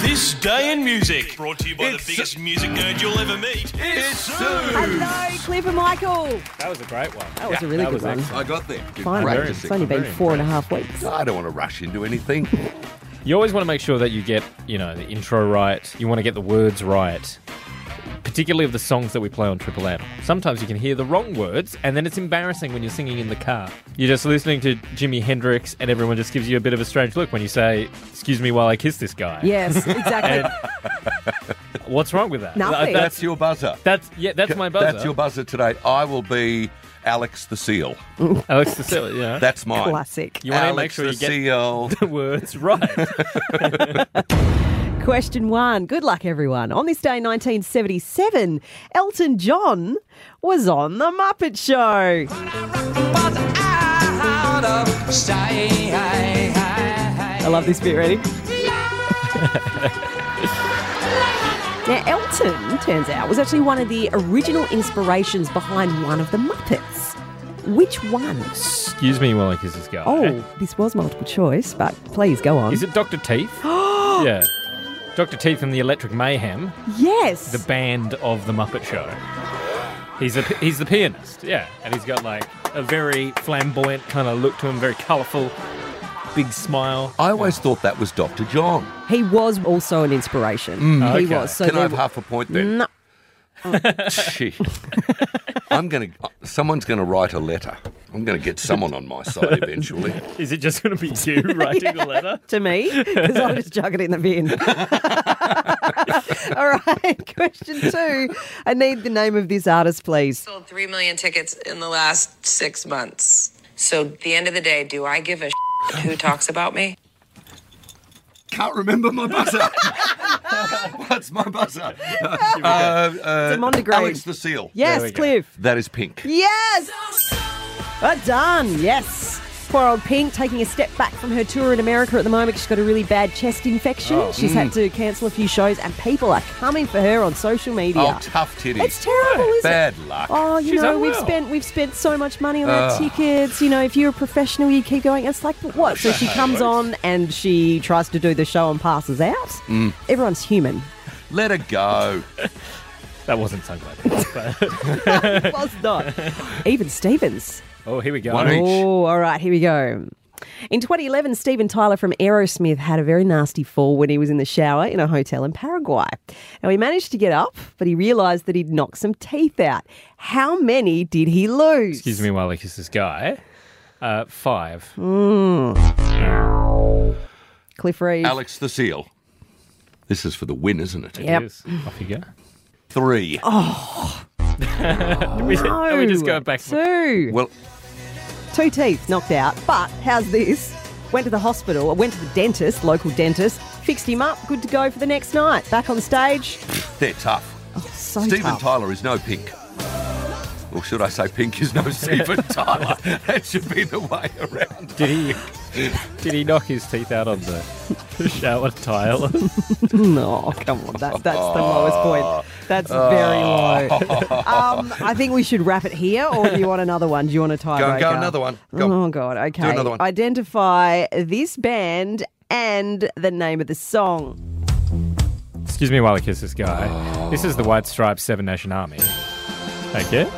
This Day in Music, brought to you by It's- the biggest music nerd you'll ever meet. It's Sue. Hello, Cliff and Michael. That was a great one. That was a really that good was one. excellent. I got there. Good Finally, practice. it's only been very four and a half weeks. I don't want to rush into anything. You always want to make sure that you get, you know, the intro right. You want to get the words right, particularly of the songs that we play on Triple M. Sometimes you can hear the wrong words, and then it's embarrassing when you're singing in the car. You're just listening to Jimi Hendrix, and everyone just gives you a bit of a strange look when you say, "Excuse me, while I kiss this guy." Yes, exactly. What's wrong with that? Nothing. That's That's your buzzer. that's yeah. That's my buzzer. That's your buzzer today. I will be Alex the Seal. Alex the Seal. Yeah. That's mine. Classic. you want to Alex make sure the you get Seal. the words right. Question one. Good luck, everyone. On this day, 1977, Elton John was on The Muppet Show. I love this bit. Ready? Now, Elton, turns out, was actually one of the original inspirations behind one of the Muppets. Which one? Excuse me, while I kiss this guy. Oh, this was multiple choice, but please go on. Is it Dr. Teeth? yeah. Dr. Teeth from the Electric Mayhem, Yes. the band of the Muppet Show. He's a he's the pianist, yeah, and he's got like a very flamboyant kind of look to him, very colourful, big smile. I always thought that was Dr. John. He was also an inspiration. He Okay. was. So Mm. Can I there- have half a point then? No. Shit. I'm going to. Someone's going to write a letter. I'm going to get someone on my side eventually. Is it just going to be you writing the letter? to me, because I just chuck it in the bin. All right, question two. I need the name of this artist, please. Uh, sold 3 million tickets in the last six months. So, at the end of the day, do I give a who talks about me? Can't remember my buzzer. What's my buzzer? Uh, It's a Mondegreen. Alex the Seal. There we Yes, go. Cliff. That is pink. Yes. Well done. Yes. Poor old Pink taking a step back from her tour in America at the moment. 'cause She's got a really bad chest infection. Oh. She's Mm. had to cancel a few shows, and people are coming for her on social media. Oh, tough titty. It's terrible, isn't Bad it? luck. Oh, you She's know, we've unwell. Ah. spent we've spent so much money on our tickets. You know, if you're a professional, you keep going. It's like, but what? So she comes on and she tries to do the show and passes out. Mm. Everyone's human. Let her go. That wasn't sunglasses. but- Was not. Even Stevens. oh, here we go. One each. Oh, all right, here we go. In 2011, Steven Tyler from Aerosmith had a very nasty fall when he was in the shower in a hotel in Paraguay. Now, he managed to get up, but he realised that he'd knocked some teeth out. How many did he lose? Excuse me, while I kiss this guy. Uh, five. Cliff Reeve. Alex the Seal. This is for the win, isn't it? Yep. Yes. Off you go. Three. Oh. We, and we just go back. Two. Well, two teeth knocked out. But how's this? Went to the hospital, went to the dentist, local dentist, fixed him up, good to go for the next night. Back on stage. they're tough. So Stephen tough. Tyler is no pink. Or should I say, pink is no Stephen Tyler? That should be the way around. Did he? Did he knock his teeth out on the shower tile? No, come on, that, that's the lowest point. That's very low. Um, I think we should wrap it here, or do you want another one? Do you want a tiebreaker? Go and go another one. Go. Oh God, okay. another one. Identify this band and the name of the song. Excuse me while I kiss this guy. This is the White Stripes Seven Nation Army. Okay.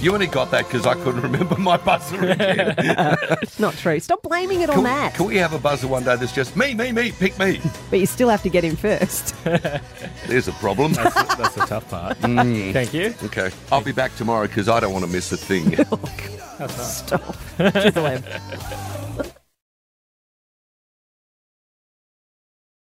You only got that because I couldn't remember my buzzer again. Not true. Stop blaming it on Can- that. Can we have a buzzer one day that's just me, me, me, pick me? But you still have to get him first. There's a problem. That's, that's the tough part. Thank you. Okay. I'll be back tomorrow because I don't want to miss a thing. Stop. Just a lamb.